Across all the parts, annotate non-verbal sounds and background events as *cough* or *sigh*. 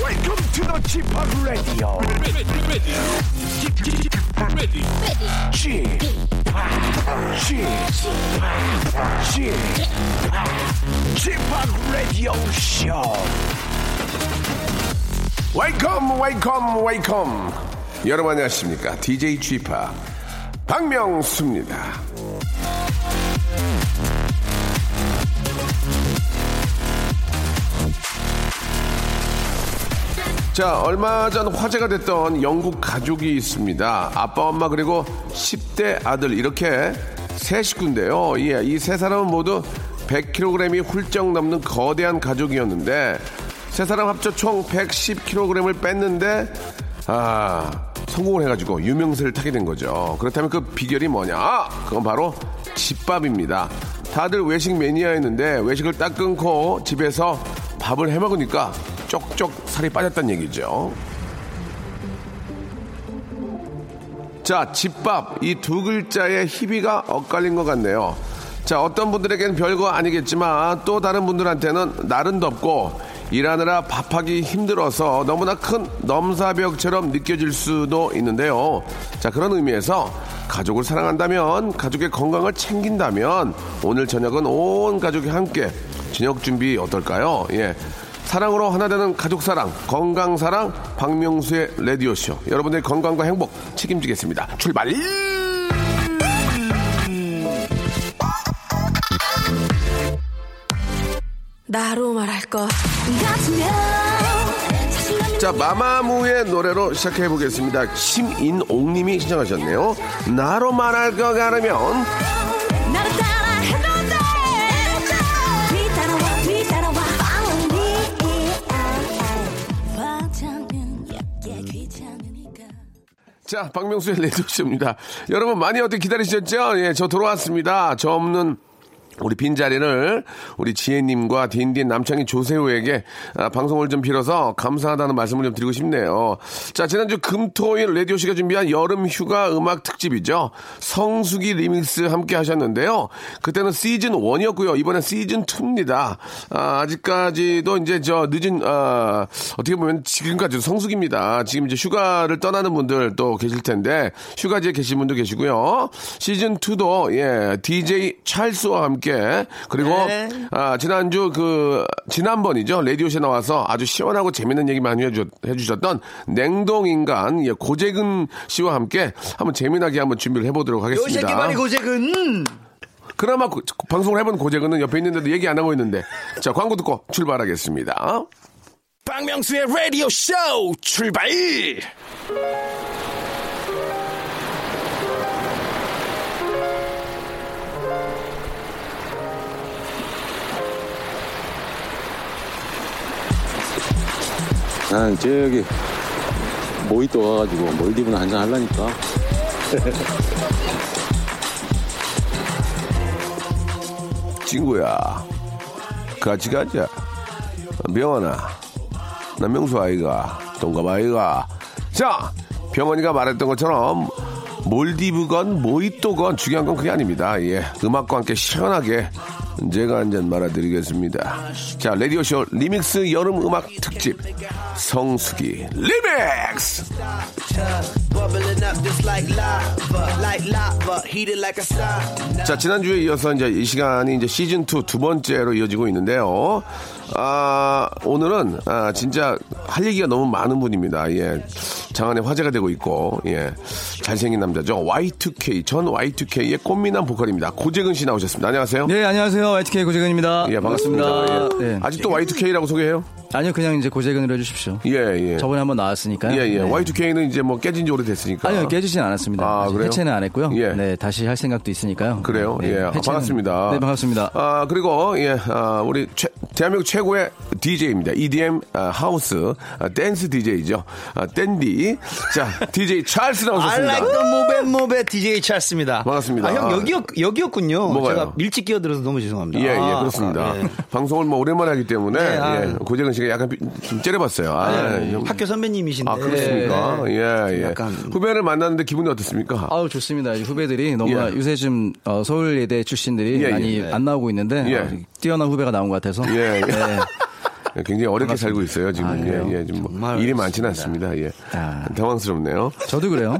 Welcome to the g p o p Radio. ready, ready, ready, g p o p g p o p g p o p Radio Show. 웨이컴 웨이컴 웨이컴 여러분 안녕하십니까 DJ g p o p 박명수입니다 자 얼마 전 화제가 됐던 영국 가족이 있습니다 아빠 엄마 그리고 10대 아들 이렇게 세 식구인데요 예, 이 세 사람은 모두 100kg이 훌쩍 넘는 거대한 가족이었는데 세 사람 합쳐 총 110kg을 뺐는데 아 성공을 해가지고 유명세를 타게 된 거죠 그렇다면 그 비결이 뭐냐 그건 바로 집밥입니다 다들 외식 매니아였는데 외식을 딱 끊고 집에서 밥을 해 먹으니까 쪽쪽 살이 빠졌다는 얘기죠. 자, 집밥 이 두 글자에 희비가 엇갈린 것 같네요. 자, 어떤 분들에게는 별거 아니겠지만 또 다른 분들한테는 날은 덥고 일하느라 밥하기 힘들어서 너무나 큰 넘사벽처럼 느껴질 수도 있는데요. 자, 그런 의미에서 가족을 사랑한다면 가족의 건강을 챙긴다면 오늘 저녁은 온 가족이 함께 저녁 준비 어떨까요? 예. 사랑으로 하나 되는 가족 사랑, 건강 사랑, 박명수의 라디오 쇼. 여러분의 건강과 행복 책임지겠습니다. 출발! 나로 말할 것 같으면 사실 난 자, 마마무의 노래로 시작해 보겠습니다. 심인옥님이 신청하셨네요. 나로 말할 것 같으면 나를 따라 해도 돼 뒤따라와 뒤따라와 follow me 화장은 약해 귀찮으니까 자, 박명수의 레디오쇼입니다. 여러분 많이 어떻게 기다리셨죠? 예, 저 돌아왔습니다. 저 없는 우리 빈자리를 우리 지혜님과 딘딘 남창희 조세호에게 아, 방송을 좀 빌어서 감사하다는 말씀을 좀 드리고 싶네요. 자, 지난주 금토일 라디오씨가 준비한 여름 휴가 음악 특집이죠. 성수기 리믹스 함께 하셨는데요. 그때는 시즌 1이었고요. 이번엔 시즌 2입니다. 아, 직까지도 이제 저 늦은, 아, 어떻게 보면 지금까지도 성수기입니다. 지금 이제 휴가를 떠나는 분들 또 계실 텐데, 휴가지에 계신 분도 계시고요. 시즌2도, 예, DJ 찰스와 함께, 그리고, 네. 아, 지난주 그, 지난번이죠. 라디오쇼에 나와서 아주 시원하고 재밌는 얘기 많이 해주, 해주셨던 냉동인간, 예, 고재근 씨와 함께 한번 재미나게 한번 준비를 해보도록 요 하겠습니다. 새끼 말이 고잭은 그나마 고- 방송을 해본 고재근은 옆에 있는데도 얘기 안 하고 있는데. 자, 광고 듣고 출발하겠습니다. 박명수의 라디오 쇼 출발! 난 저기 모히또 가가지고 몰디브나 한잔 하려니까 친구야, 같이 가자. 명원아, 나 명수 아이가, 동갑 아이가. 자, 병원이가 말했던 것처럼 몰디브건 모히또건 중요한 건 그게 아닙니다. 예, 음악과 함께 시원하게 제가 한 잔 말아드리겠습니다. 자, 레디오쇼 리믹스 여름 음악 특집 성수기 리믹스. bubbling up just like lava, like lava, heated like a sauna. 자 지난주에 이어서 이제 이 시간이 이제 시즌 2 두 번째로 이어지고 있는데요. 아 오늘은 아, 진짜 할 얘기가 너무 많은 분입니다. 예, 장안에 화제가 되고 있고 예 잘생긴 남자죠. Y2K 전 Y2K의 꽃미남 보컬입니다. 고재근 씨 나오셨습니다. 안녕하세요. 네 안녕하세요 YTK 고재근입니다 예 반갑습니다. 반갑습니다. 예. 네. 아직도 Y2K라고 소개해요? 아니요 그냥 이제 고재근으로 해주십시오 예 예. 저번에 한번 나왔으니까요 예, 예. 네. Y2K는 이제 뭐 깨진 지 오래됐으니까. 아니요 깨지진 않았습니다 아, 아직 그래요? 해체는 안 했고요 예. 네 다시 할 생각도 있으니까요 그래요? 네, 예. 아, 해체는- 반갑습니다. 네 반갑습니다 아, 그리고, 예, 아, 우리 최- 대한민국 최고의 DJ입니다. EDM 아, 하우스, 아, 댄스 DJ죠. 아, 댄디. 자, DJ 찰스 I 나오셨습니다. like 아, the- 모베 모베 DJ 찰스입니다. 반갑습니다. 아, 형 여기였, 여기였군요. 뭐가요? 제가 일찍 끼어들어서 너무 죄송합니다. 예, 예, 아, 그렇습니다. 아, 예. 방송을 뭐 오랜만에 하기 때문에, 네, 아. 예, 고재근 씨가 약간 삐- 좀 째려봤어요. 아, 형- 학교 선배님이신데. 아, 그렇습니까? 예, 예. 약간- 후배를 만났는데 기분이 어떻습니까? 아우 좋습니다 이 후배들이 너무 예. 요새 좀 어, 서울예대 출신들이 예, 예. 많이 안 나오고 있는데 예. 어, 뛰어난 후배가 나온 것 같아서 예, 예. 네. 굉장히 어렵게 살고 있어요 지금. 아, 그래요? 예, 예, 지금 뭐 정말 일이 많지는 않습니다. 예. 아. 당황스럽네요. 저도 그래요.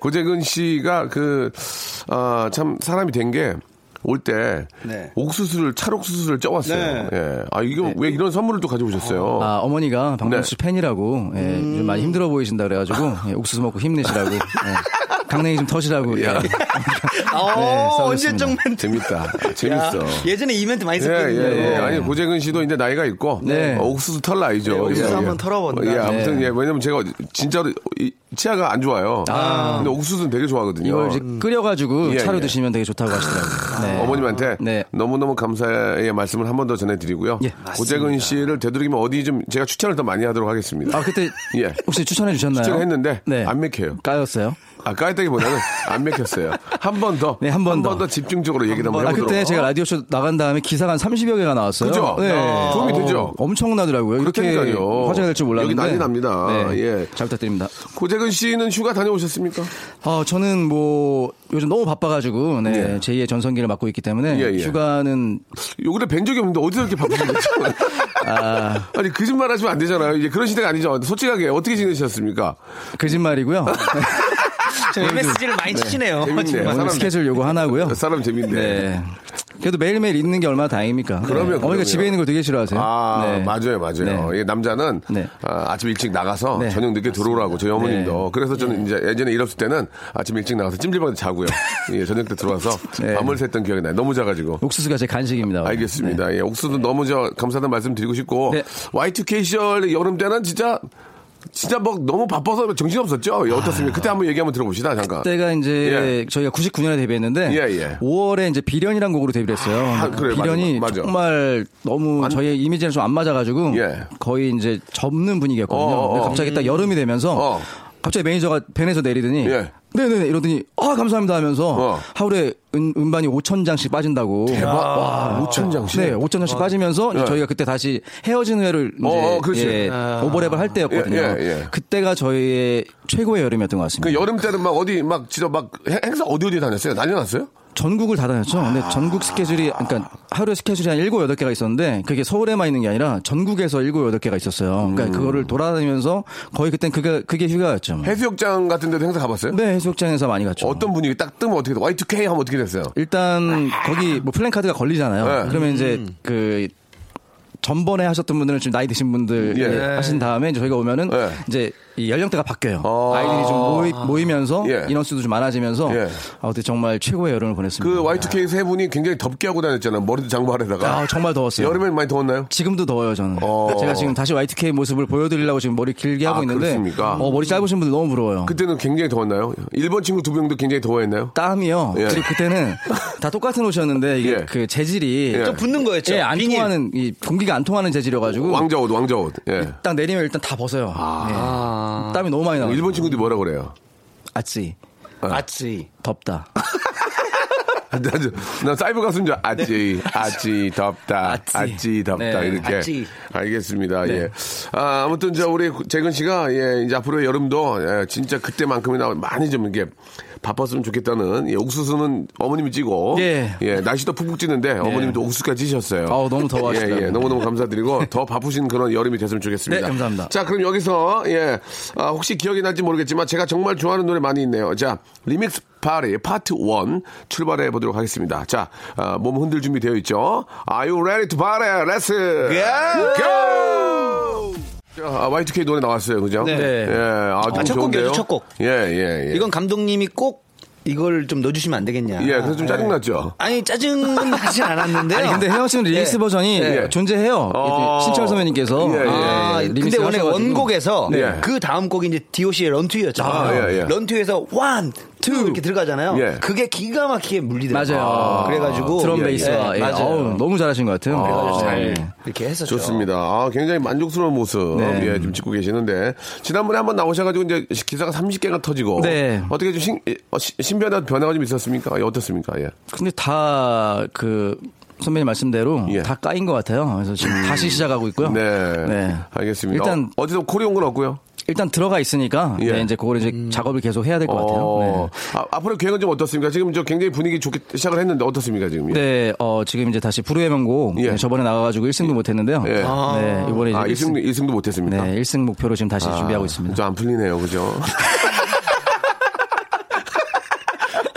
고재근 씨가 그참 사람이 된 게 올 때 네. 옥수수를 찰옥수수를 쪄왔어요. 네. 예. 아 이거 왜 이런 선물을 또 가져오셨어요? 아, 어머니가 박명수 네. 씨 팬이라고 예, 요즘 많이 힘들어 보이신다 그래가지고 예, 옥수수 먹고 힘내시라고 예, 강냉이 좀 터시라고 예. 네, 어, 써놓습니다. 언제적 멘트. 재밌다. 재밌어. 예전에 이 멘트 많이 예, 예, 썼거든요. 예. 아니, 고재근 씨도 이제 나이가 있고, 네. 어, 옥수수 털 나이죠. 옥수수 예. 한번 털어본다. 예, 아무튼, 네. 예, 왜냐면 제가 진짜로 이 치아가 안 좋아요. 근데 옥수수는 되게 좋아하거든요. 이걸 이제 끓여가지고 예, 차로 예. 드시면 되게 좋다고 하시더라고요. 네. 어머님한테 네. 너무너무 감사의 말씀을 한 번 더 전해드리고요. 예, 고재근 씨를 되도록이면 어디 좀 제가 추천을 더 많이 하도록 하겠습니다. 아 그때 예. 혹시 추천해 주셨나요? 네. 추천했는데 안 맥혀요. 까였어요. 아, 까였다기보다는 안 맥혔어요. 한 번 더. 네, 한번 한 번 더. 더 집중적으로 얘기를 한번 아 해보도록 그때 제가 라디오 쇼 나간 다음에 기사가 한 30여 개가 나왔어요. 예. 어, 그죠? 아, 도움이 되죠? 엄청나더라고요. 이렇게 그렇다니까요. 화제가 될 줄 몰랐는데. 네. 여기 난리 납니다. 예. 잘 부탁드립니다. 고재근 씨는 휴가 다녀오셨습니까? 어, 저는 뭐 요즘 너무 바빠가지고 네, 예. 제2의 전성기를 맡고 있기 때문에 예, 예. 휴가는 요거를 뵌 적이 없는데 어디서 이렇게 바쁘신 거죠? 아... *laughs* 아니 거짓말 하시면 안 되잖아요. 이제 그런 시대가 아니죠. 솔직하게 어떻게 지내셨습니까? *laughs* 거짓말이고요. 저 MSG를 많이 치시네요. 재밌네요. 정말. 오늘 사람- 스케줄 요거 하나고요. 사람 재밌네. 네. 그래도 매일매일 있는 게 얼마나 다행입니까? 그럼요, 네. 그럼요. 어머니가 집에 있는 걸 되게 싫어하세요. 아 네. 맞아요 맞아요. 네. 예, 남자는 네. 아, 아침 일찍 나가서 네. 저녁 늦게 들어오라고 저희 어머님도. 네. 그래서 저는 이제 예전에 일 없을 때는 아침 일찍 나가서 찜질방에 *laughs* 자고요. 예, 저녁 때 들어와서 네. 밤을 샜던 기억이 나요. 너무 자가지고. 옥수수가 제 간식입니다. 오늘. 알겠습니다. 예, 옥수도 너무 저 감사하다는 말씀 드리고 싶고 네. Y2K 시절 여름 때는 진짜 진짜 뭐 너무 바빠서 정신 없었죠. 예, 어떻습니까? 그때 한번 얘기 한번 들어봅시다. 잠깐. 그때가 이제 저희가 99년에 데뷔했는데 예, 예. 5월에 이제 비련이란 곡으로 데뷔를 했어요. 아, 근데 그래요. 맞아, 비련이 맞아. 정말 너무 저희 이미지랑 좀 안 맞아가지고 예. 거의 이제 접는 분위기였거든요. 어, 어, 근데 어. 갑자기 딱 여름이 되면서 어. 갑자기 매니저가 밴에서 내리더니 예. 네네네 이러더니 아 감사합니다 하면서 어. 하루에 은, 음반이 5천 장씩 빠진다고 대박. 와, 5천 장씩. 아, 네, 5천 장씩 빠지면서 이제 예. 저희가 그때 다시 헤어진 회를 이제 어, 어, 그렇지. 예, 오버랩을 할 때였거든요. 예, 예, 예. 그때가 저희의 최고의 여름이었던 것 같습니다. 그 여름 때는 막 어디 막 진짜 막 행- 행사 어디 어디 다녔어요? 난리 났어요? 전국을 다 다녔죠. 아. 근데 전국 스케줄이 그러니까 하루에 스케줄이 한 7, 8개가 있었는데 그게 서울에만 있는 게 아니라 전국에서 7, 8개가 있었어요. 그러니까 그거를 돌아다니면서 거의 그땐 그게 그게 휴가였죠. 뭐. 음. 해수욕장 같은 데도 행사 가봤어요? 네, 해수욕장에서 많이 갔죠. 어떤 분위기 딱 뜨면 어떻게 돼? Y2K 하면 어떻게 됐어요? 일단 거기 뭐 플랜카드가 걸리잖아요. 네. 그러면 이제 그 전번에 하셨던 분들은 지금 나이 드신 분들 예. 예, 하신 다음에 이제 저희가 오면은 예. 이제 이 연령대가 바뀌어요. 아. 아이들이 좀 모이, 면서 예. 인원수도 좀 많아지면서 예. 아, 어때 정말 최고의 여름을 보냈습니다. 그 Y2K 세 분이 굉장히 덥게 하고 다녔잖아요. 머리도 장발에다가. 음, 아, 정말 더웠어요. 여름엔 많이 더웠나요? 지금도 더워요 저는. 어. 제가 지금 다시 Y2K 모습을 보여드리려고 지금 머리 길게 아, 하고 있는데, 그렇습니까? 어, 머리 짧으신 분들 너무 부러워요. 그때는 굉장히 더웠나요? 일본 친구 두 명도 굉장히 더워했나요? 땀이요. 예. 그리고 그때는 다 똑같은 옷이었는데 이게 예. 그 재질이 예. 또 붙는 거였죠. 예, 안 비닐. 통하는 이 공기가 안 통하는 재질이어가지고 왕자 옷, 왕자 옷. 예. 딱 내리면 일단 다 벗어요. 예. 땀이 너무 많이 나. 일본 친구들이 뭐라 그래요? *laughs* 아찌 아치. 덥다. 나, 저- 나 사이버 가수인 줄 아찌, 아찌 덥다, 네. 아찌. 아찌 덥다 네, 이렇게. 아찌. 알겠습니다. 예. 아, 아무튼 저 우리 재근 씨가 예, 이제 앞으로의 여름도 예, 진짜 그때만큼이나 많이 좀 이게 바빴으면 좋겠다는 예, 옥수수는 어머님이 찌고 예. 날씨도 푹푹 찌는데 어머님도 옥수수까지 찌셨어요. 네. 아우, 너무 더워하시더라고요. 예, 예, 너무너무 감사드리고 더 바쁘신 그런 여름이 됐으면 좋겠습니다. 네, 감사합니다. 자, 그럼 여기서 예, 아, 혹시 기억이 날지 모르겠지만 제가 정말 좋아하는 노래 많이 있네요. 자, 리믹스 파리 파트 1 출발해 보도록 하겠습니다. 자, 아, 몸 흔들 준비 되어 있죠? Are you ready to party? Let's go! 자, 아, Y2K 노래 나왔어요, 그죠? 네. 예, 아, 너무 첫 좋은데요? 곡이죠, 첫 곡. 예, 예, 예. 이건 감독님이 꼭 이걸 좀 넣어주시면 안 되겠냐. 예, 그래서 좀 네. 짜증났죠? *laughs* 아니, 짜증은 나진 않았는데요. 아니 근데 헤어는 리믹스 예. 버전이 예. 존재해요. 어. 신철 선배님께서 예, 예, 아, 예, 근데 리믹스를 원래 하셔가지고. 원곡에서 네. 그 다음 곡이 이제 DOC의 런투였잖아요. 아, 예, 예. 런투에서 원, 투 이렇게 들어가잖아요. 예. 그게 기가 막히게 물리더라고요. 맞아요. 그래가지고 드럼 예, 베이스와 예, 예, 맞아요. 어우, 너무 잘하신 것 같아요. 그래가지고 잘 예. 이렇게 했었죠. 좋습니다. 아, 굉장히 만족스러운 모습 네. 예, 좀 짓고 계시는데 지난번에 한번 나오셔가지고 이제 기사가 30개가 터지고 네. 어떻게 좀 신, 어, 시- 신변한 변화가 좀 있었습니까? 예, 어떻습니까? 예. 근데 다 그 선배님 말씀대로 예. 음. 다 까인 것 같아요. 그래서 지금 다시 시작하고 있고요. 네. 네. 알겠습니다. 일단 어, 어디서 코리온 건 없고요. 일단 들어가 있으니까 예. 네, 이제 그걸 이제 작업을 계속 해야 될 것 같아요. 어, 네. 아, 앞으로 계획은 좀 어떻습니까? 지금 저 굉장히 분위기 좋게 시작을 했는데 어떻습니까 지금? 예. 네, 어, 지금 이제 다시 부르의 명곡 예. 네, 저번에 나가가지고 1승도 못했는데요. 예. 네, 이번에 이제 아, 일승 1승, 일승도 못했습니다. 네, 1승 목표로 지금 다시 준비하고 있습니다. 좀안 풀리네요, *laughs* 그죠?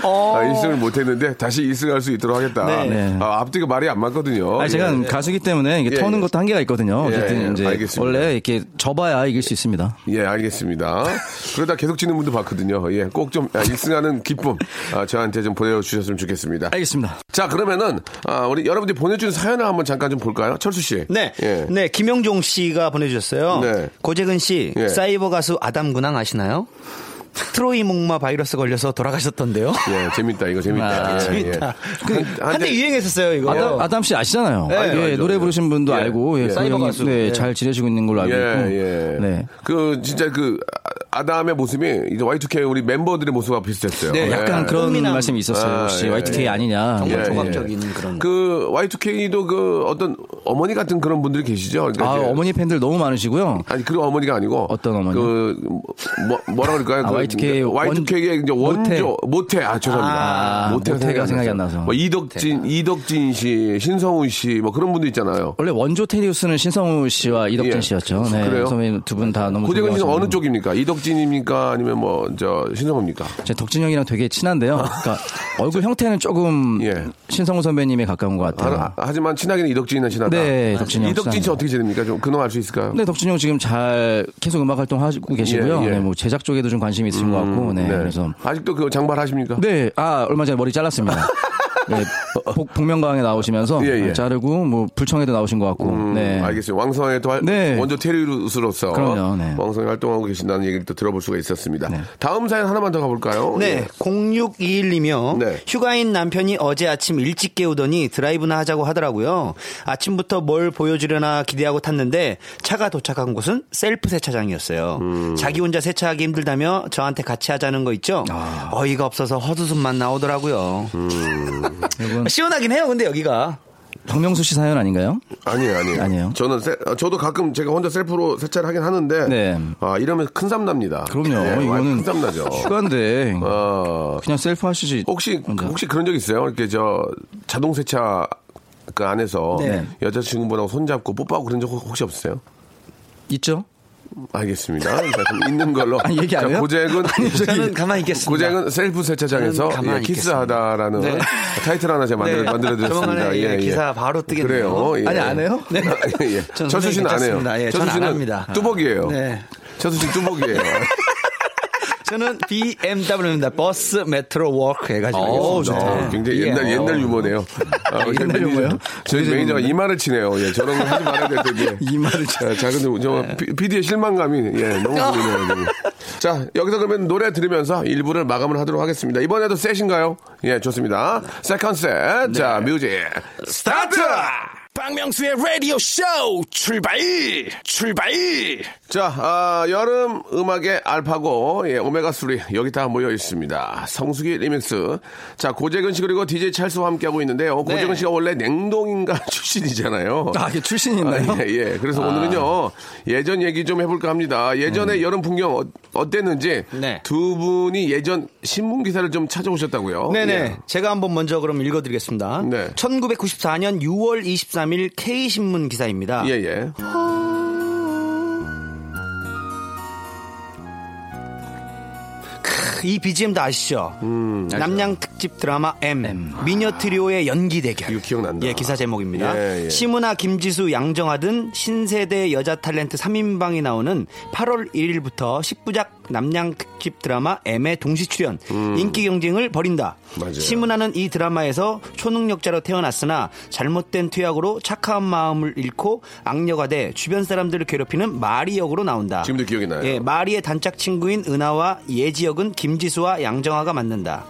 아, 1승을 못했는데 다시 1승 할 수 있도록 하겠다. 어. 네. 아, 앞뒤가 말이 안 맞거든요. 아니, 제가 그- 예. 가수기 때문에 이게 예, 터는 예. 것도 한계가 있거든요. 예, 어쨌든 예, 이제 알겠습니다. 원래 이렇게 접어야 이길 수 있습니다. 예, 알겠습니다. 그러다 계속 지는 분도 봤거든요. 예, 꼭 좀, 아, 1승하는 기쁨, 아, 저한테 좀 보내주셨으면 좋겠습니다. 알겠습니다. 자, 그러면은, 아, 우리 여러분들이 보내준 사연을 한번 잠깐 좀 볼까요? 철수 씨. 네. 예. 네, 김영종 씨가 보내주셨어요. 네. 고재근 씨, 예. 사이버 가수 아담 군항 아시나요? 트로이 목마 바이러스 걸려서 돌아가셨던데요. 예, 재밌다, 이거 아, 재밌다. 예, 예. *laughs* 재밌다. 그, 한- 한때 유행했었어요, 이거. 아담, 아담 씨 아시잖아요. 네. 예, 알죠, 알죠. 노래 부르신 분도 예, 알고 예. 예, 사이버 사이버 가수. 네, 예. 잘 지내시고 있는 걸로 알고 있고. 예, 예. 네. 그 진짜 그 아- 아담의 모습이 이제 Y2K 우리 멤버들의 모습과 비슷했어요. 네, 약간 예. 그런 흥미남- 말씀이 아, 있었어요. 혹시 예, Y2K 예. 아니냐. 정말 예, 종합적인 그런. 그 Y2K도 그 어떤 어머니 같은 그런 분들이 계시죠. 그러니까 아, 이제- 어머니 팬들 너무 많으시고요. 아니 그리고 어머니가 아니고 어떤 어머니요? 그 뭐, 뭐라 그럴까요? 아, 그 Y2K Y2K의 이제 모태. 원조 모태 아 죄송합니다. 아, 모태가 생각이 안 나서. 뭐 이덕진 이덕진 씨, 신성훈 씨 뭐 그런 분들 있잖아요. 원래 원조 테리우스는 신성우 씨와 이덕진 예. 씨였죠. 네. 그래요? 선배님 두 분 다 너무 고재근 씨는 존경하시는 어느 분. 쪽입니까? 이덕진입니까? 아니면 뭐 저 신성훈입니까? 제 덕진 형이랑 되게 친한데요. 그러니까 얼굴 형태는 조금 아. 예. 신성우 선배님에 가까운 것 같아요. 하- 하지만 친하기는 이덕진이나 친하다. 네, 덕진이 형 이덕진 씨 친합니다. 네. 어떻게 지냅니까? 좀 근황 알 수 있을까요? 근데 덕진 형 지금 잘 계속 음악 활동 하고 계시고요. 예, 음, 예. 네, 뭐 제작 쪽에도 좀 관심이 있으신 것 같고, 네, 그래서 아직도 그 장발 하십니까? 네, 아 얼마 전에 머리 *laughs* 잘랐습니다. 네, 복, 복면가왕에 나오시면서 예, 예. 자르고 뭐 불청에도 나오신 것 같고, 음, 네, 알겠어요. 왕성의 또 활- 네. 원조 테리우스로서 그럼요, 네. 왕성히 활동하고 계신다는 얘기를 또 들어볼 수가 있었습니다. 다음 사연 하나만 더 가볼까요? 네, 0621이며 어, 예. 네. 휴가인 남편이 어제 아침 일찍 깨우더니 드라이브나 하자고 하더라고요. 아침부터 뭘 보여주려나 기대하고 탔는데 차가 도착한 곳은 셀프 세차장이었어요. 음. 자기 혼자 세차하기 힘들다며 저한테 같이 하자는 거 있죠. 아. 어이가 없어서 헛웃음만 나오더라고요. 이건 시원하긴 해요, 근데 여기가. 박명수 씨 사연 아닌가요? 아니에요, 아니에요. 아니에요? 저는 세- 어, 저도 가끔 제가 혼자 셀프로 세차를 하긴 하는데 네. 아, 이러면 큰 쌈 납니다. 그럼요. 네, 아, 큰 이거는 쌈나죠. *laughs* 휴가인데 어, 그냥 셀프 하시지. 혹시 혼자. 혹시 그런 적 있어요? 이렇게 저 자동 세차 그 안에서 네. 여자친구분하고 손잡고 뽀뽀하고 그런 적 혹시 없으세요? 있죠? *laughs* 알겠습니다. 자, 그럼 있는 걸로. 아니, 얘기 안 자, 해요? 고잭은 저는 가만히 있겠습니다. 고잭은 셀프 세차장에서 저는 가만히 예, 키스하다라는 있겠습니다. *laughs* 타이틀 하나 제가 만들어 네. 만들어 드렸습니다. 조만간에 예, 기사 바로 뜨겠네요. 그래요. 예. 아니, 안 해요? 네. 아, *laughs* 예, 예. 전 철수 씨는 안 해요. 괜찮습니다. 예, 철수 전안 씨는 합니다. 뚜벅이에요. 네. 철수 씨 뚜벅이에요. 저는 BMW입니다. 버스 메트로 워크 해가지고. 어, 네. 굉장히 옛날 예. 옛날 유머네요. 아, 저희 옛날 유머요? 매니저- 저희 되게 매니저가 이 말을 치네요. 예, 저런 거 하지 말아야 될 텐데. *laughs* 이 말을 네. 자, 자, 근데 저 피- PD의 실망감이 예, 너무 보이네요. 지금. 자, 여기서 그러면 노래 들으면서 일부를 마감을 하도록 하겠습니다. 이번에도 셋인가요? 예, 좋습니다. 세컨 셋. 자, 네. 뮤직 스타트! 박명수의 라디오 쇼 출발 출발 자, 아, 여름 음악의 알파고, 예, 오메가3, 여기 다 모여 있습니다. 성수기 리믹스. 자, 고재근 씨 그리고 DJ 찰스와 함께하고 네. 있는데요. 고재근 씨가 원래 냉동인가 *laughs* 출신이잖아요. 아, 이게 출신이 있나요? 아, 예, 예. 그래서 오늘은요, 예전 얘기 좀 해볼까 합니다. 음. 예전에 여름 풍경 어, 땠는지 네. 두 분이 예전 신문 기사를 좀 찾아오셨다고요. 네네. 예. 제가 한번 먼저 그럼 읽어드리겠습니다. 네. 1994년 6월 23일 K신문 기사입니다. 예, 예. 크, 이 BGM 다 아시죠? 음, 남양 특집 드라마 M. 미녀 트리오의 연기 대결. 이거 기억난다. 예, 기사 제목입니다. 예, 예. 시문아, 김지수, 양정아 등 신세대 여자 탤런트 3인방이 나오는 8월 1일부터 10부작 남양 특집 드라마 M의 동시 출연. 인기 경쟁을 벌인다. 음. 맞아요. 시문아는 이 드라마에서 초능력자로 태어났으나 잘못된 투약으로 착한 마음을 잃고 악녀가 돼 주변 사람들을 괴롭히는 마리 역으로 나온다. 지금도 기억이 나요. 예, 마리의 단짝 친구인 은하와 예지 역은 김지수와 양정아가 만난다.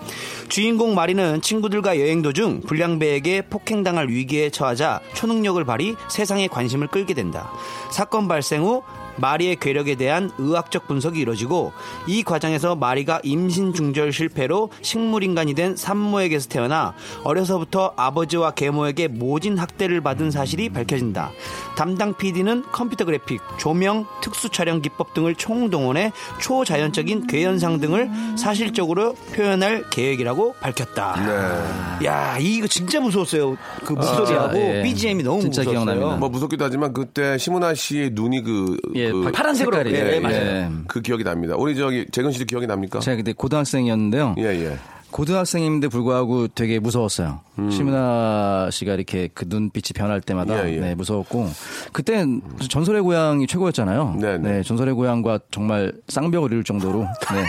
주인공 마리는 친구들과 여행 도중 불량배에게 폭행당할 위기에 처하자 초능력을 발휘 세상의 관심을 끌게 된다. 사건 발생 후 마리의 괴력에 대한 의학적 분석이 이루어지고 이 과정에서 마리가 임신 중절 실패로 식물인간이 된 산모에게서 태어나 어려서부터 아버지와 계모에게 모진 학대를 받은 사실이 밝혀진다. 담당 PD는 컴퓨터 그래픽, 조명, 특수 촬영 기법 등을 총동원해 초자연적인 괴현상 등을 사실적으로 표현할 계획이라고 밝혔다. 네. 야, 이거 진짜 무서웠어요. 그 목소리하고 예. BGM이 너무 진짜 무서웠어요. 그 기억납니다. 뭐 무섭기도 하지만 그때 시문아 씨의 눈이 그, 예, 그, 파- 파란색으로 색깔이. 예, 예, 맞아요. 예. 그 기억이 납니다. 우리 저기 재근 씨도 기억이 납니까? 제가 그때 고등학생이었는데요. 예, 예. 고등학생인데 불구하고 되게 무서웠어요. 음. 심은아 씨가 이렇게 그 눈빛이 변할 때마다 예, 예. 네, 무서웠고 그땐 전설의 고향이 최고였잖아요. 네, 네. 전설의 고향과 정말 쌍벽을 이룰 정도로. *laughs* 네.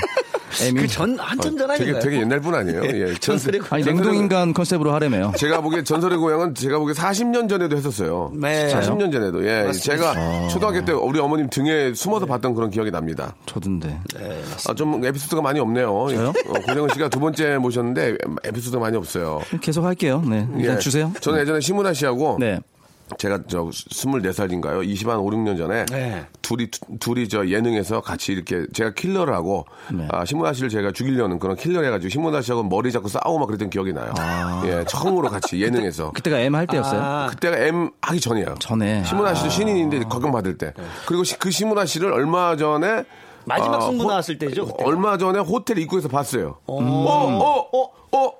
애미. 그 전 한참 전 어, 되게 아닌가요? 되게 옛날 분 아니에요? 예. 전설의 아니 냉동인간 컨셉으로 하려며요. 제가 보기에 전설의 고향은 제가 보기에 40년 전에도 했었어요. 네. 40년 전에도. 예. 아. 제가 초등학교 때 우리 어머님 등에 숨어서 봤던 그런 기억이 납니다. 저든데. 아, 좀 에피소드가 많이 없네요. 저요? 고정은 씨가 두 번째 모셨는데 에피소드가 많이 없어요. 계속 할게요. 네. 일단 예. 주세요. 저는 예전에 시문아 씨하고 네. 제가 저 24살인가요? 20 한 5, 6년 전에 네. 둘이 둘이 저 예능에서 같이 이렇게 제가 킬러를 하고 아, 신문아 씨를 제가 죽이려는 그런 킬러를 해가지고 신문아 씨하고 머리 잡고 싸우고 막 그랬던 기억이 나요. 예, 처음으로 같이 *laughs* 예능에서 그때가 M 할 때였어요. 그때가 M 하기 전이에요. 전에. 신문아 씨도 신인인데 거경 받을 때. 그리고 시- 그 신문아 씨를 얼마 전에 마지막 승부 아, 호- 나왔을 때죠, 그때? 얼마 전에 호텔 입구에서 봤어요. 어, 어, 어, 어.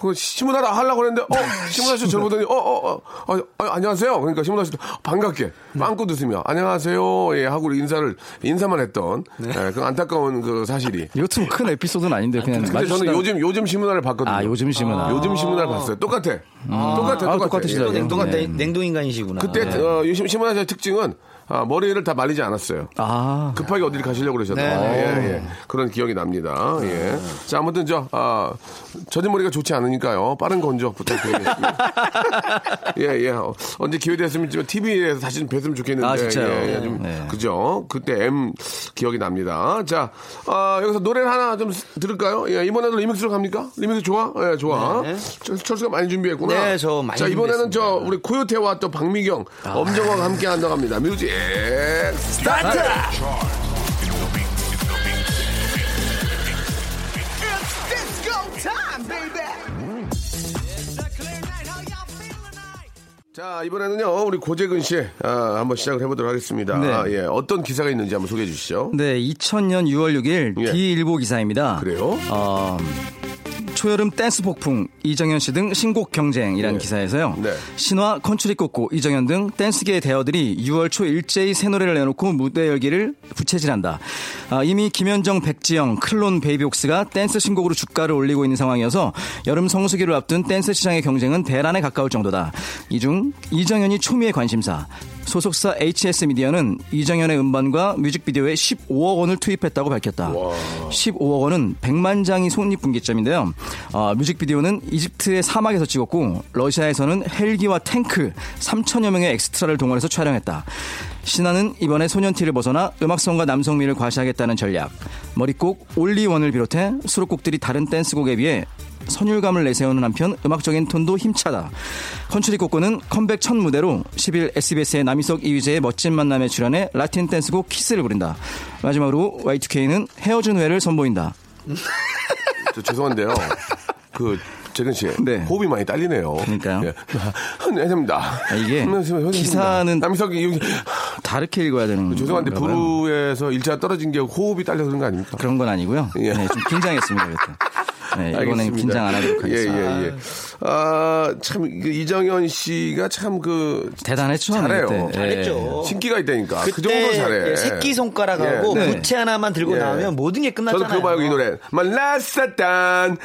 그 신문아라 하려고 그랬는데 어 신문아 씨 저를 보더니 어 어 어 안녕하세요 그러니까 신문아 씨도 반갑게 네. 빵꾸 웃으며 안녕하세요 예 하고 인사를 인사만 했던 네. 예, 그 안타까운 그 사실이 이것도 뭐 큰 에피소드는 아닌데 그냥 근데 저는 마주치다- 요즘 요즘 신문아를 봤거든요 아, 요즘 신문아. 요즘 신문아를 봤어요 똑같아 똑같아 똑같아 아, 똑같으시다. 예. 냉동, 네. 냉동 인간이시구나. 그때 어, 요즘 시문아 씨의 특징은 아, 머리를 다 말리지 않았어요. 아. 급하게 어디를 가시려고 그러셨던 네, 예, 예. 그런 기억이 납니다. 예. 자 아무튼 저 아, 젖은 머리가 좋지 않으니까요. 빠른 건조 *laughs* 부탁드리겠습니다. 예예. 어, 언제 기회 됐으면 좀 TV에서 다시 좀 뵀으면 좋겠는데. 아, 진짜요? 예, 예. 좀 네. 그죠? 그때 M 기억이 납니다. 자 아, 여기서 노래를 하나 좀 스- 들을까요? 예, 이번에도 리믹스로 갑니까? 리믹스 좋아? 예 좋아. 네. 철- 철수가 많이 준비했구나. 네, 저 많이 자 이번에는 준비했습니다. 아. 저 우리 코요태와 또 박미경, 엄정화가 함께 한다고 합니다. 뮤직 스타트! 자, 이번에는요, 우리 고재근 씨, 아, 한번 시작을 해보도록 하겠습니다. 네. 아, 예, 어떤 기사가 있는지 한번 소개해 주시죠. 네, 2000년 6월 6일 예. D일보 기사입니다. 그래요? 어, 초여름 댄스 폭풍 이정현 씨 등 신곡 경쟁이라는 기사에서요. 네. 신화, 컨츄리 꼬꼬, 이정현 등 댄스계의 대어들이 6월 초 일제히 새 노래를 내놓고 무대 열기를 부채질한다. 아, 이미 김현정, 백지영, 클론, 베이비옥스가 댄스 신곡으로 주가를 올리고 있는 상황이어서 여름 성수기를 앞둔 댄스 시장의 경쟁은 대란에 가까울 정도다. 이 중 이정현이 초미의 관심사. 소속사 HS 미디어는 이정현의 음반과 뮤직비디오에 15억 원을 투입했다고 밝혔다. 15억 원은 100만 장이 손익분기점인데요. 아, 뮤직비디오는 이집트의 사막에서 찍었고 러시아에서는 헬기와 탱크 3천여 명의 엑스트라를 동원해서 촬영했다. 신화는 이번에 소년티를 벗어나 음악성과 남성미를 과시하겠다는 전략. 머릿곡 올리원을 비롯해 수록곡들이 다른 댄스곡에 비해 선율감을 내세우는 한편 음악적인 톤도 힘차다. 컨츄리 꼬꼬는 컴백 첫 무대로 10일 SBS의 남희석 이휘재의 멋진 만남에 출연해 라틴 댄스곡 키스를 부른다. 마지막으로 Y2K는 헤어진 회를 선보인다. 저 죄송한데요. 그, 재근 씨, 네. 호흡이 많이 딸리네요. 그러니까요. 아, 예. *laughs* 네, 됩니다. 이게 기사는- 남희석이 여기- 다르게 읽어야 되는 거 죄송한데 부르에서 일차가 떨어진 게 호흡이 딸려서 그런 거 아닙니까? 그런 건 아니고요. 예. 네, 좀 긴장했습니다. 그때. 네, 이번엔 알겠습니다. 긴장 안 하도록 하겠습니다. 예, 예, 예. 아, 참, 그 이정현 씨가 참 그, 대단했죠. 잘해요. 그때. 예. 잘했죠. 신기가 있다니까. 그 정도 그때 잘해. 예, 새끼 손가락하고 예, 네. 부채 하나만 들고 예. 나오면 모든 게 끝났잖아요. 저는 그거 말고 이 노래. 말라사탄,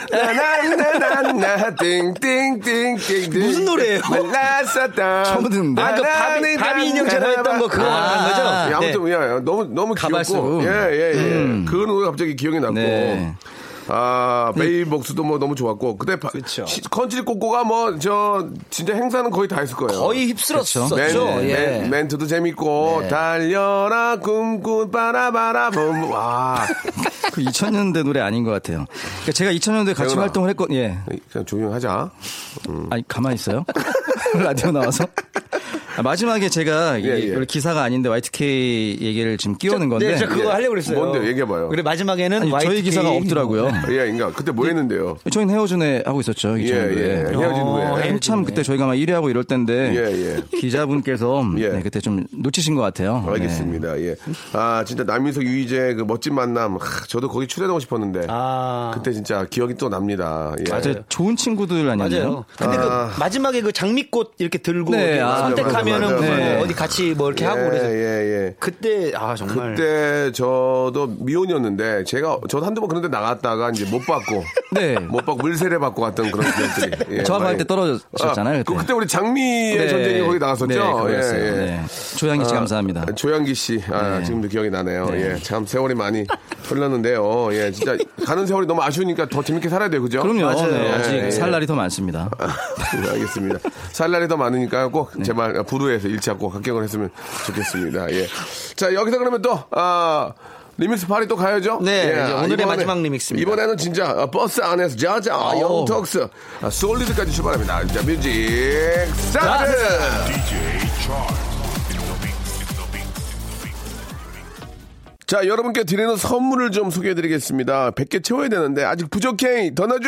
나나나나나, 띵띵띵띵띵. 무슨 노래예요? 말라사탄. 처음 듣는데. 아, 그 바비, 바비 인형처럼 했던 거 그거 아, 말하는 거죠? 네. 아, 예, 아무튼 예, 너무 너무 귀엽고 가발스러움. 예 예예 음. 그 노래 갑자기 기억이 났고 네. 아 베이복스도 뭐 너무 좋았고 그때 바- 그쵸. 시- 컨트리 꼬꼬가 뭐 저 진짜 행사는 거의 다 했을 거예요. 거의 휩쓸었었죠. 멘, 예. 네. 멘, 멘트도 재밌고 달려라 꿈꾼 빠라바라 붐. 와 그 2000년대 노래 아닌 것 같아요. 그러니까 제가 2000년대 같이 배우나? 활동을 했건 예. 그냥 조용하자. *laughs* 아니 가만히 있어요. 라디오 나와서. 아, 마지막에 제가 이게 예, 예. 원래 기사가 아닌데 Y2K 얘기를 지금 끼우는 건데 네, 저 그거 예. 하려고 그랬어요. 뭔데? 얘기해봐요. 그래 마지막에는 아니, YTK. 저희 기사가 없더라고요. 예, 그러니까 그때 뭐 했는데요? 저희는 헤어준에 하고 있었죠. 이 예, 정도에. 예. 헤어진 후에. 한참 그때 저희가 막 1위 하고 이럴 때인데 예, 기자분께서 *laughs* 예. 네, 그때 좀 놓치신 것 같아요. 네. 알겠습니다. 예. 아, 진짜 남인석 유이제 그 멋진 만남. 하, 저도 거기 출연하고 싶었는데. 아. 그때 진짜 기억이 또 납니다. 예. 네. 맞아요. 좋은 친구들 아니었나요? 맞아요. 근데 그 마지막에 그 장미꽃 이렇게 들고 네, 이렇게 아, 선택하면은 맞아, 맞아, 뭐 맞아. 어디 같이 뭐 이렇게 예, 하고 그래서 예, 예. 그때 아 정말 그때 저도 미혼이었는데 제가 저도 한두 번 그런데 나갔다가 이제 못 받고 *laughs* 네. *laughs* 못 받고 물세례 받고 갔던 그런 기억들이 예, *laughs* 저하고 많이- 할 때 떨어졌잖아요, 아, 그- 그때. 그때 우리 장미의 예, 전쟁이 거기 나갔었죠 네, 예, 그거였어요. 예. 네. 조양기 씨 아, 감사합니다. 조양기 씨, 아, 지금도 기억이 나네요. 예, 참 세월이 많이 흘렀는데요. 예, 진짜 가는 세월이 너무 아쉬우니까 더 재밌게 살아야 돼요, 그죠? 그럼요. 네, 예, 아직 예. 살 날이 더 많습니다. 네, 알겠습니다. 살 날이 더 많으니까 꼭 제발 부르에서 일치 않고 합격을 했으면 좋겠습니다. 예. 자, 여기서 그러면 또, 아, 리믹스 파리 또 가야죠? 네, 예, 이제 아, 오늘의 마지막 리믹스입니다. 이번에는 진짜 아, 버스 안에서 자자, 영턱스, 아, 솔리드까지 출발합니다. 자, 뮤직 스타트! 자, 여러분께 드리는 선물을 좀 소개해드리겠습니다. 100개 채워야 되는데, 아직 부족해! 더 넣어줘!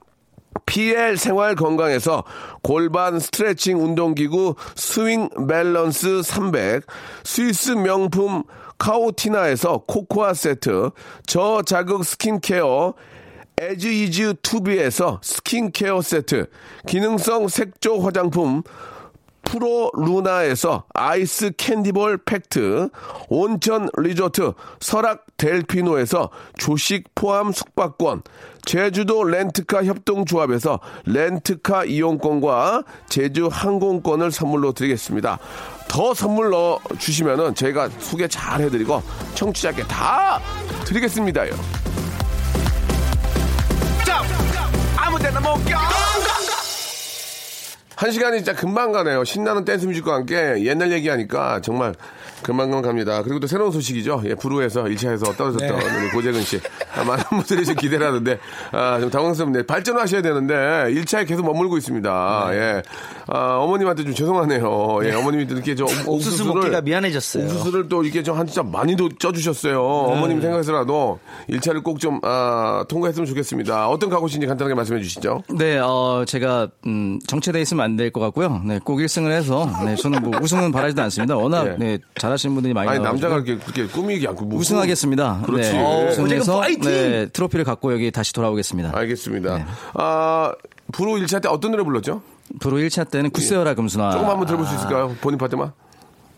PL 생활 건강에서 골반 스트레칭 운동기구 스윙 밸런스 300, 스위스 명품 카오티나에서 코코아 세트, 저자극 스킨케어, 에즈 이즈 투비에서 스킨케어 세트, 기능성 색조 화장품, 프로 루나에서 아이스 캔디볼 팩트, 온천 리조트 설악 델피노에서 조식 포함 숙박권, 제주도 렌트카 협동조합에서 렌트카 이용권과 제주 항공권을 선물로 드리겠습니다. 더 선물 넣어 주시면은 저희가 소개 잘 해드리고 청취자께 다 드리겠습니다요. 한 시간이 진짜 금방 가네요. 신나는 댄스 뮤직과 함께 옛날 얘기하니까 정말 금방 갑니다. 그리고 또 새로운 소식이죠. 예, 부루에서 1차에서 떨어졌던 네. 우리 고재근 씨. 아, 많은 분들이 지금 기대를 하는데, 아, 좀 당황스럽네요. 발전을 하셔야 되는데, 1차에 계속 머물고 있습니다. 네. 예. 아, 어머님한테 좀 죄송하네요. 예, 어머님이 또 *laughs* 이렇게 저 옥수수 옥수수를- 먹기가 미안해졌어요. 옥수수를 또 이렇게 좀 한 진짜 많이도 쪄주셨어요. 네. 어머님 생각해서라도 1차를 꼭 좀, 아, 통과했으면 좋겠습니다. 어떤 각오신지 간단하게 말씀해 주시죠. 네, 어, 제가, 음, 정체되어 있으면 안 될 것 같고요. 네, 꼭 1승을 해서, 네, 저는 뭐 우승은 바라지도 않습니다. 워낙, 예. 네, 잘하시는 분들이 많이 아니, 나와가지고. 남자가 이렇게, 그렇게 꾸미기 않고 뭐 우승하겠습니다. 그렇지. 예. 네, 어제가 우승해서, 파이팅! 네, 트로피를 갖고 여기 다시 돌아오겠습니다. 알겠습니다. 네. 아, 프로 1차 때 어떤 노래 불렀죠? 도로 1차 때는 굳세어라 금순아. 음. 조금 한번 들어볼 수 있을까요? 본인 파트만?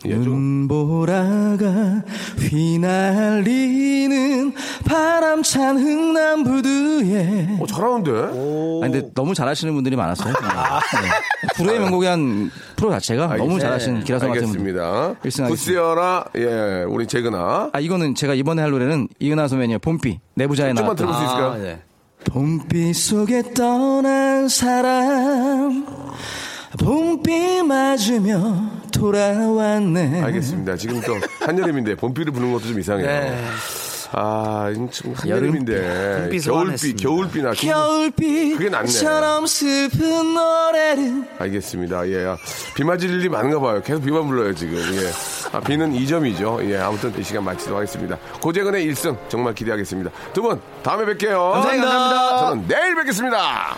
예, 조금. 눈보라가 휘날리는 바람찬 흥남부두에. 어, 잘하는데? 아 근데 너무 잘하시는 *laughs* 분들이 많았어요. 네. 불후의 명곡이 한 프로 자체가 너무 잘하시는 기라성 같은 분들. 아, 알겠습니다. 일승하겠습니다. 구스여라, 예, 우리 재근아. 아 이거는 제가 이번에 할 노래는 이은하 선배님의 봄비 내부자에 좀만 나왔던 들어볼 수 있을까요? 예. 네. 봄비 속에 떠난 사람 봄비 맞으며 돌아왔네 알겠습니다. 지금 또 한여름인데 봄비를 부는 것도 좀 이상해요. 아, 이건 지금 네. 여름 한여름인데. 비, 겨울비, 소환했습니다. 겨울비나. 그게 낫네. 겨울빛처럼 슬픈 노래를 알겠습니다. 예. 아, 비 맞을 일이 많은가 봐요. 계속 비만 불러요, 지금. 예. 아, 비는 2점이죠. 예. 아무튼 이 시간 마치도록 하겠습니다. 고재근의 1승 정말 기대하겠습니다. 두 분, 다음에 뵐게요. 감사합니다. 저는 내일 뵙겠습니다.